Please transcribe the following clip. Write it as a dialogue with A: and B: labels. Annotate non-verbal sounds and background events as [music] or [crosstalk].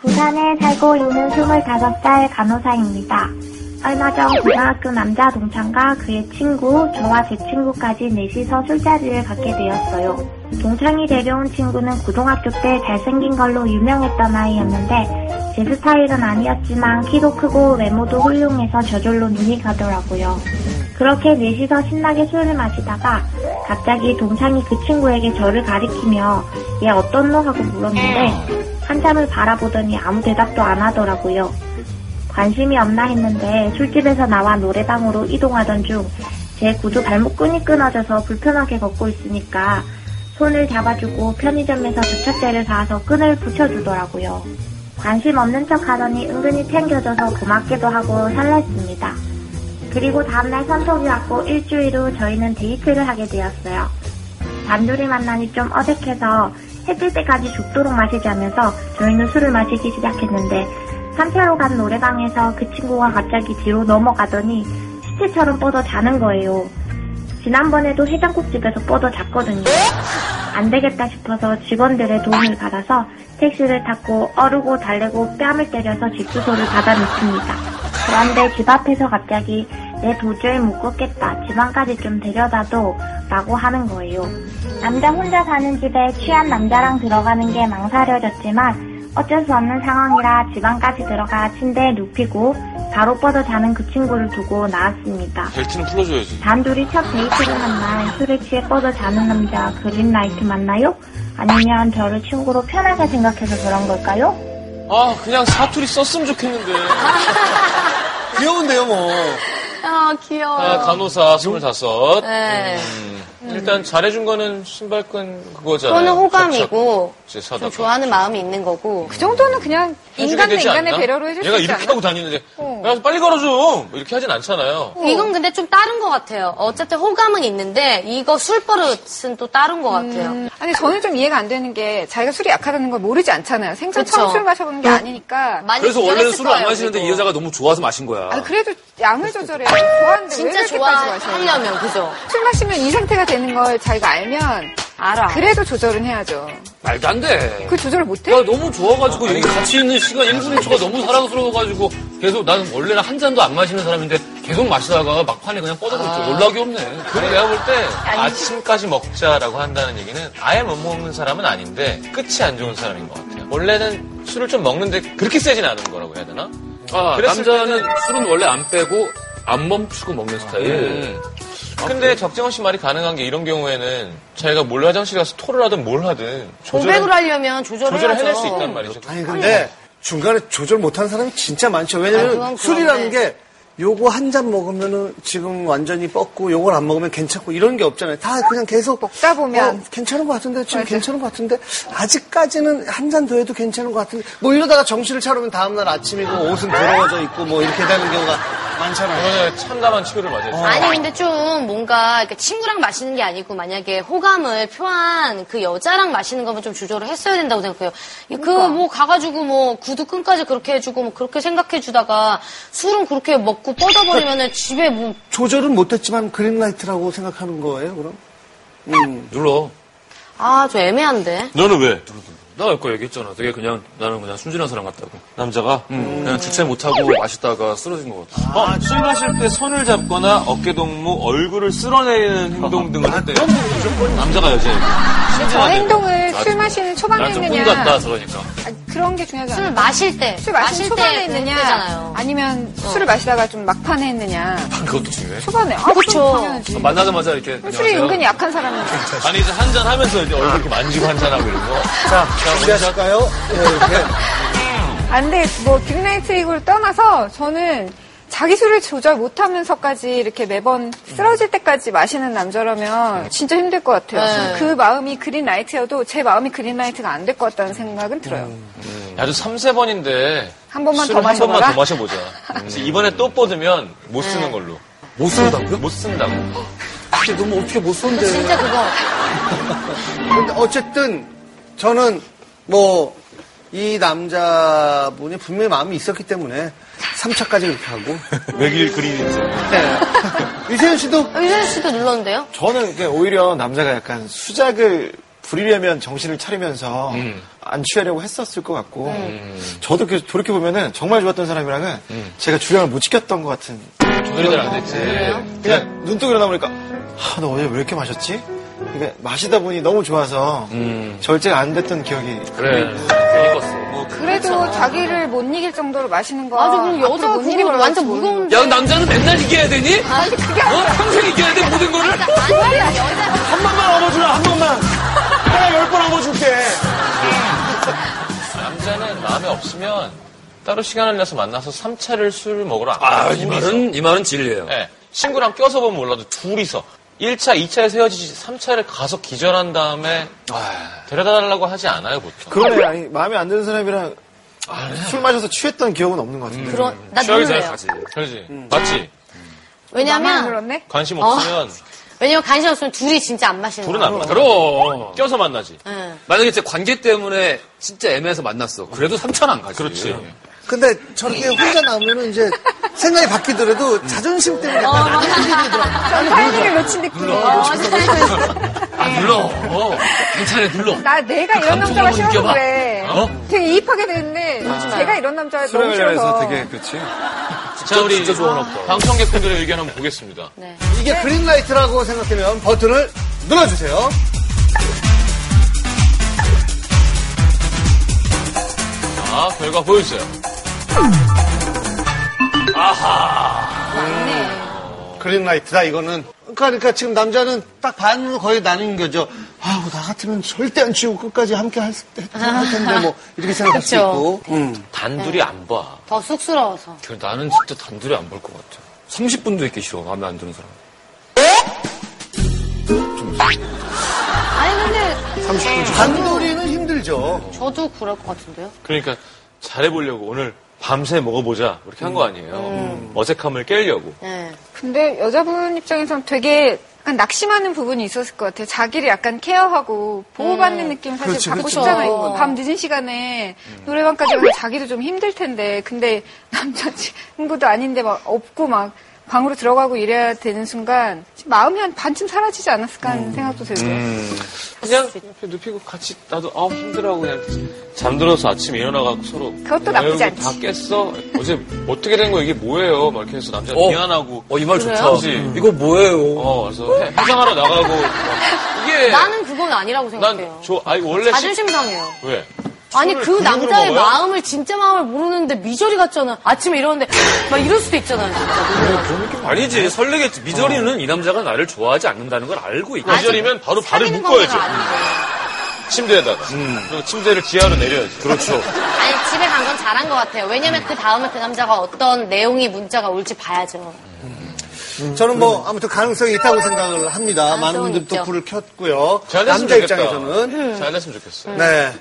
A: 부산에 살고 있는 25살 간호사입니다. 얼마 전 고등학교 남자 동창과 그의 친구, 저와 제 친구까지 넷이서 술자리를 갖게 되었어요. 동창이 데려온 친구는 고등학교 때 잘생긴 걸로 유명했던 아이였는데 제 스타일은 아니었지만 키도 크고 외모도 훌륭해서 저절로 눈이 가더라고요. 그렇게 넷이서 신나게 술을 마시다가 갑자기 동창이 그 친구에게 저를 가리키며 얘 어떻노 하고 물었는데 한참을 바라보더니 아무 대답도 안 하더라고요. 관심이 없나 했는데 술집에서 나와 노래방으로 이동하던 중 제 구두 발목끈이 끊어져서 불편하게 걷고 있으니까 손을 잡아주고 편의점에서 주차대를 사서 끈을 붙여주더라고요. 관심 없는 척 하더니 은근히 챙겨줘서 고맙기도 하고 설렜습니다. 그리고 다음날 선톡이 왔고 일주일 후 저희는 데이트를 하게 되었어요. 단둘이 만나니 좀 어색해서 해질 때까지 죽도록 마시자면서 저희는 술을 마시기 시작했는데 3차로 간 노래방에서 그 친구가 갑자기 뒤로 넘어가더니 시체처럼 뻗어 자는 거예요. 지난번에도 해장국집에서 뻗어 잤거든요. 안 되겠다 싶어서 직원들의 도움을 받아서 택시를 탔고 어르고 달래고 뺨을 때려서 집 주소를 받아놓습니다. 그런데 집 앞에서 갑자기 내 도저히 못 걷겠다. 집안까지 좀 데려다도 라고 하는 거예요. 남자 혼자 사는 집에 취한 남자랑 들어가는 게 망설여졌지만 어쩔 수 없는 상황이라 집안까지 들어가 침대에 눕히고 바로 뻗어 자는 그 친구를 두고 나왔습니다.
B: 벨트는 풀어줘야지.
A: 단둘이 첫 데이트를 한 날 술에 취해 뻗어 자는 남자 그린라이트 맞나요? 아니면 저를 친구로 편하게 생각해서 그런 걸까요?
B: 아, 그냥 사투리 썼으면 좋겠는데.
C: [laughs] 귀여운데요, 뭐.
D: 아, 귀여워요.
B: 아, 음. 간호사 25.
D: 네.
B: 일단 잘해준 거는 신발끈 그거잖아요. 그렇죠.
D: 그거는 호감이고,
B: 제
D: 좀
B: 사다.
D: 좋아하는 마음이 있는 거고.
E: 그 정도는 그냥 인간 대 인간의 배려로 해줄
B: 얘가
E: 수 있지
B: 이렇게
E: 않나?
B: 하고 다니는데, 야, 빨리 걸어줘! 뭐 이렇게 하진 않잖아요.
D: 이건 근데 좀 다른 것 같아요. 어쨌든 호감은 있는데, 이거 술버릇은 또 다른 것 같아요.
E: 아니 저는 좀 이해가 안 되는 게 자기가 술이 약하다는 걸 모르지 않잖아요. 생전
D: 그쵸.
E: 처음 술 마셔보는 게 아니니까.
D: 많이
C: 그래서 원래는
D: 긴장했을
C: 술을 안
D: 거예요,
C: 마시는데
D: 그리고.
C: 이 여자가 너무 좋아서 마신 거야.
E: 아니 그래도 양을 조절해. 좋아하는데 왜
D: 진짜
E: 이렇게까지 마셔요?
D: 좋아하려면, 음. 그죠?
E: 술 마시면 이 상태가 되는 걸 자기가 알면
D: 알아.
E: 그래도 조절은 해야죠.
C: 말도 안 돼.
E: 그 조절을 못해?
C: 야, 너무 좋아가지고 여기 같이 있는 시간 1분 1초가 너무 사랑스러워가지고 계속 나는 원래는 한 잔도 안 마시는 사람인데 계속 마시다가 막판에 그냥 뻗어버렸죠. 놀라기 없네.
B: 근데 아. 내가 볼 때 아침까지 먹자라고 한다는 얘기는 아예 못 먹는 사람은 아닌데 끝이 안 좋은 사람인 것 같아요. 원래는 술을 좀 먹는데 그렇게 세진 않은 거라고 해야 되나?
F: 아,
B: 그랬을
F: 남자는 술은 원래 안 빼고 안 멈추고
C: 아,
F: 먹는
C: 예.
F: 스타일.
B: 음. 근데 적재원 씨 말이 가능한 게 이런 경우에는 자기가 몰래 화장실 가서 토를 하든 뭘 하든
D: 고백을
B: 조절을,
D: 하려면 조절을
B: 조절을 해낼
D: 해야죠.
B: 수 있단 말이죠.
G: 아니 근데 중간에 조절 못하는 사람이 진짜 많죠.
D: 아,
G: 왜냐면
D: 그건
G: 술이라는
D: 그런데.
G: 게 요거 한 잔 먹으면은 지금 완전히 뻗고 요걸 안 먹으면 괜찮고 이런 게 없잖아요. 다 그냥 계속
E: 먹다 보면.
G: 어, 괜찮은 것 같은데 지금 괜찮은 것 같은데 아직까지는 한 잔 더 해도 괜찮은 것 같은데 뭐 이러다가 정신을 차리면 다음날 아침이고 옷은 더러워져 있고 뭐 이렇게 되는 경우가 많잖아요.
B: 그거는 참담한 치유를 맞아야 돼.
D: 아니 근데 좀 뭔가 이렇게 친구랑 마시는 게 아니고 만약에 호감을 표한 그 여자랑 마시는 거면 좀 조절을 했어야 된다고 생각해요. 그
E: 그러니까.
D: 뭐 가가지고 뭐 구두 끈까지 그렇게 해주고 뭐 그렇게 생각해주다가 술은 그렇게 먹고
E: [laughs]
D: 뻗어버리면은 집에 뭐
G: 조절은 못했지만 그린라이트라고 생각하는 거예요. 그럼 음.
F: 눌러.
D: 아 좀 애매한데.
B: 너는 왜?
F: 나 아까 얘기했잖아. 되게 그냥 나는 그냥 순진한 사람 같다고.
B: 남자가?
F: 음, 그냥 주체 못하고 마시다가 쓰러진 것 같아.
B: 어, 술 마실 때 손을 잡거나 어깨 동무, 얼굴을 쓸어내리는 행동 등을
F: 아,
B: 했대요. 남자가 여자에게.
E: 저
B: 아,
E: 행동을 술 마시는 초반에
F: 난좀 꿈 같다
E: 했느냐
F: 저러니까.
E: 아, 그런 게 중요하지
D: 술
E: 않아요.
D: 음. 마실 때.
E: 술 마시는 초반에 했느냐
D: 잖아요 어.
E: 아니면 술을 마시다가 좀 막판에 했느냐
F: 그것도 중요해.
E: 초반에 아, 그건
D: 그쵸.
E: 당연하지.
F: 만나자마자 이렇게
E: 술이
F: 안녕하세요.
E: 은근히 약한 사람인데
B: 아니, 이제 한잔 하면서 이제 얼굴 이렇게 만지고 한잔하고 이런 거.
G: 자 준비하실까요? 예, 이렇게.
E: 아, 근데 뭐 빅나이트 이걸 떠나서 저는 자기 술을 조절 못하면서까지 이렇게 매번 쓰러질 때까지 마시는 남자라면 진짜 힘들 것 같아요.
D: 네.
E: 그 마음이 그린라이트여도 제 마음이 그린라이트가 안 될 것 같다는 생각은 들어요.
B: 아주 3, 세번인데
E: 한 번만
B: 술
E: 더
B: 한 번만
E: 마셔봐라. 네.
B: 더 마셔보자. 그래서
F: 음.
B: 이번에 또 뻗으면 못 쓰는 걸로.
C: 못 쓴다고요?
B: 못 쓴다고. [laughs]
G: 근데 너무 어떻게 못 쏜대.
D: 진짜 그거.
G: 근데 어쨌든 저는 뭐 이 남자분이 분명히 마음이 있었기 때문에 3차까지
H: [laughs]
G: 그렇게 하고
B: 외길 그린 인생.
G: 네. 유세윤 씨도
D: 유선 아, 씨도 눌렀는데요?
H: 저는 그냥 오히려 남자가 약간 수작을 부리려면 정신을 차리면서
B: 음.
H: 안 취하려고 했었을 것 같고 저도 그- 돌이켜보면은 정말 좋았던 사람이랑은 제가 주량을 못 지켰던 것 같은 네.
B: 조절이 잘 음. 안 됐지.
H: 그냥 눈뜨고 일어나 보니까 아, 너 어제 왜 이렇게 마셨지? 그러니까 마시다 보니 너무 좋아서
B: 음.
H: 절제가 안 됐던 기억이
B: 네.
F: 그래.
C: 네.
B: 그러니까.
E: 그래도 자기를 못 이길 정도로 마시는 거.
D: 그렇죠. 아주 그럼 여자
E: 앞으로 못
D: 그거
E: 이기면
D: 완전
E: 어떨지 모르겠네.
D: 무거운
C: 야, 남자는 맨날 이겨야 되니? 아니, 그게 어? 평생 이겨야 돼, 모든 거를?
D: 아니 여자
H: 한 번만 업어주라 한 번만 내가 열 번 업어줄게
B: 남자는 마음에 없으면 따로 시간을 내서 만나서 3차를 술 먹으러 안 가요.
C: 아, 이 말은, 이 말은 진리예요.
B: 예. 친구랑 껴서 보면 몰라도 둘이서 1차, 2차에서 헤어지지 3차를 가서 기절한 다음에
C: 아.
B: 데려다 달라고 하지 않아요, 보통.
H: 그러네 아니 마음에 안 드는 사람이랑 아, 술 마셔서 취했던 기억은 없는 것
G: 음.
H: 같은데
D: 그런 나
C: 취하게
D: 놀래요.
C: 생각하지.
B: 그러지.
C: 음.
B: 맞지?
E: 나만
D: 왜냐면
E: 그렇네?
B: 관심
D: 아.
B: 없으면
D: 왜냐면 관심 없으면 둘이 진짜 안 마시는
B: 둘은
D: 거야.
B: 안 만나.
C: 그럼.
B: 껴서 만나지.
D: 응.
C: 만약에 진짜 관계 때문에 진짜 애매해서 만났어. 그래도 3차는 안 가지.
B: 그렇지.
G: 근데 저렇게 혼자 나오면은 이제 생각이 바뀌더라도 자존심 때문에
D: 어.
G: 약간 안
D: 아,
G: 흔들리더라고요.
E: 타이밍을 놓친 느낌.
C: 아, 눌러. 어, 괜찮아, 눌러.
E: 나 내가 이런
C: 감동을
E: 남자가 싫어서
C: 느껴봐.
E: 그래.
C: 어?
E: 되게 이입하게 됐는데 제가 이런 남자가 너무
H: 술에 관련해서
E: 싫어서.
H: 되게 그렇지
B: 자, 우리 방청객분들의 의견 한번 보겠습니다.
D: 네.
G: 이게 그린라이트라고 생각되면 버튼을 눌러주세요.
B: 아, 결과 보여주세요.
G: 그린라이트다 이거는. 그러니까 지금 남자는 딱 반으로 거의 나뉜 거죠. 아우 뭐 나 같으면 절대 안 치우고 끝까지 함께 할, 수- 했- 했을 텐데 뭐 이렇게 생각할 수
D: 그쵸. 네.
G: 있고. 음.
B: 단둘이 안 봐.
D: 더 쑥스러워서.
C: 그 나는 진짜 단둘이 안 볼 것 같아. 30분도 있기 싫어, 마음에 안 드는 사람.
D: 아니 근데
G: 단돌이는 힘들죠.
D: 저도 그럴 것 같은데요.
B: 그러니까 잘해보려고 오늘 밤새 먹어보자. 이렇게 한 거 아니에요. 음. 어색함을 깨려고.
D: 네.
E: 근데 여자분 입장에선 되게 약간 낙심하는 부분이 있었을 것 같아요. 자기를 약간 케어하고 보호받는 느낌 사실
G: 그렇지, 그렇죠.
E: 받고
G: 그렇지.
E: 싶잖아요. 밤 늦은 시간에 노래방까지 가서 자기도 좀 힘들 텐데 근데 [laughs] 남자친구도 아닌데 막 없고 막 방으로 들어가고 이래야 되는 순간 마음이 한 반쯤 사라지지 않았을까
G: 음.
E: 하는 생각도 들고요.
B: 그냥 옆에 눕히고 같이 나도 아 힘들어하고 그냥 잠들어서 아침에 일어나가고 서로
E: 그것도 나쁘지
B: 아유, 다
E: 않지.
B: 깼어? 어제 어떻게 된 거야? 이게 뭐예요? 막 이렇게 해서 남자
C: 어.
B: 미안하고
C: 어, 이 말 좋다.
D: 그래요?
B: 음.
C: 이거 뭐예요?
B: 어 그래서 해- 해장하러 나가고 막 이게
D: 나는 그건 아니라고 생각해요.
B: 네. 난저 아니 원래 식-
D: 자존심 상해요.
B: 왜?
D: 아니 그
B: 그룹으로
D: 남자의
B: 먹어요?
D: 마음을 진짜 마음을 모르는데 미저리 같잖아. 아침에 일어났는데 [gasps] 막 이럴 수도 있잖아요.
B: 그
D: 진짜.
C: 아니지, 설레겠지. 미저리는 이 남자가 나를 좋아하지 않는다는 걸 알고 있고.
B: 기절이면 바로 발을
D: 사귀는 관계가
B: 묶어야죠.
D: 아닌데.
B: 침대에다가.
C: 음.
B: 그리고 침대를 지하로 내려야죠. 그렇죠.
D: 아니 집에 간 건 잘한 것 같아요. 왜냐면 그 다음에 그 남자가 어떤 내용이 문자가 올지 봐야죠.
G: 저는 뭐 아무튼 가능성이 있다고 생각을 합니다. 많은
D: 가능성은
G: 분들이 또
D: 아, 있죠.
G: 불을 켰고요.
B: 잘 됐으면
G: 남자
B: 좋겠다.
G: 입장에서는.
B: 잘 됐으면 좋겠어요.
G: 네.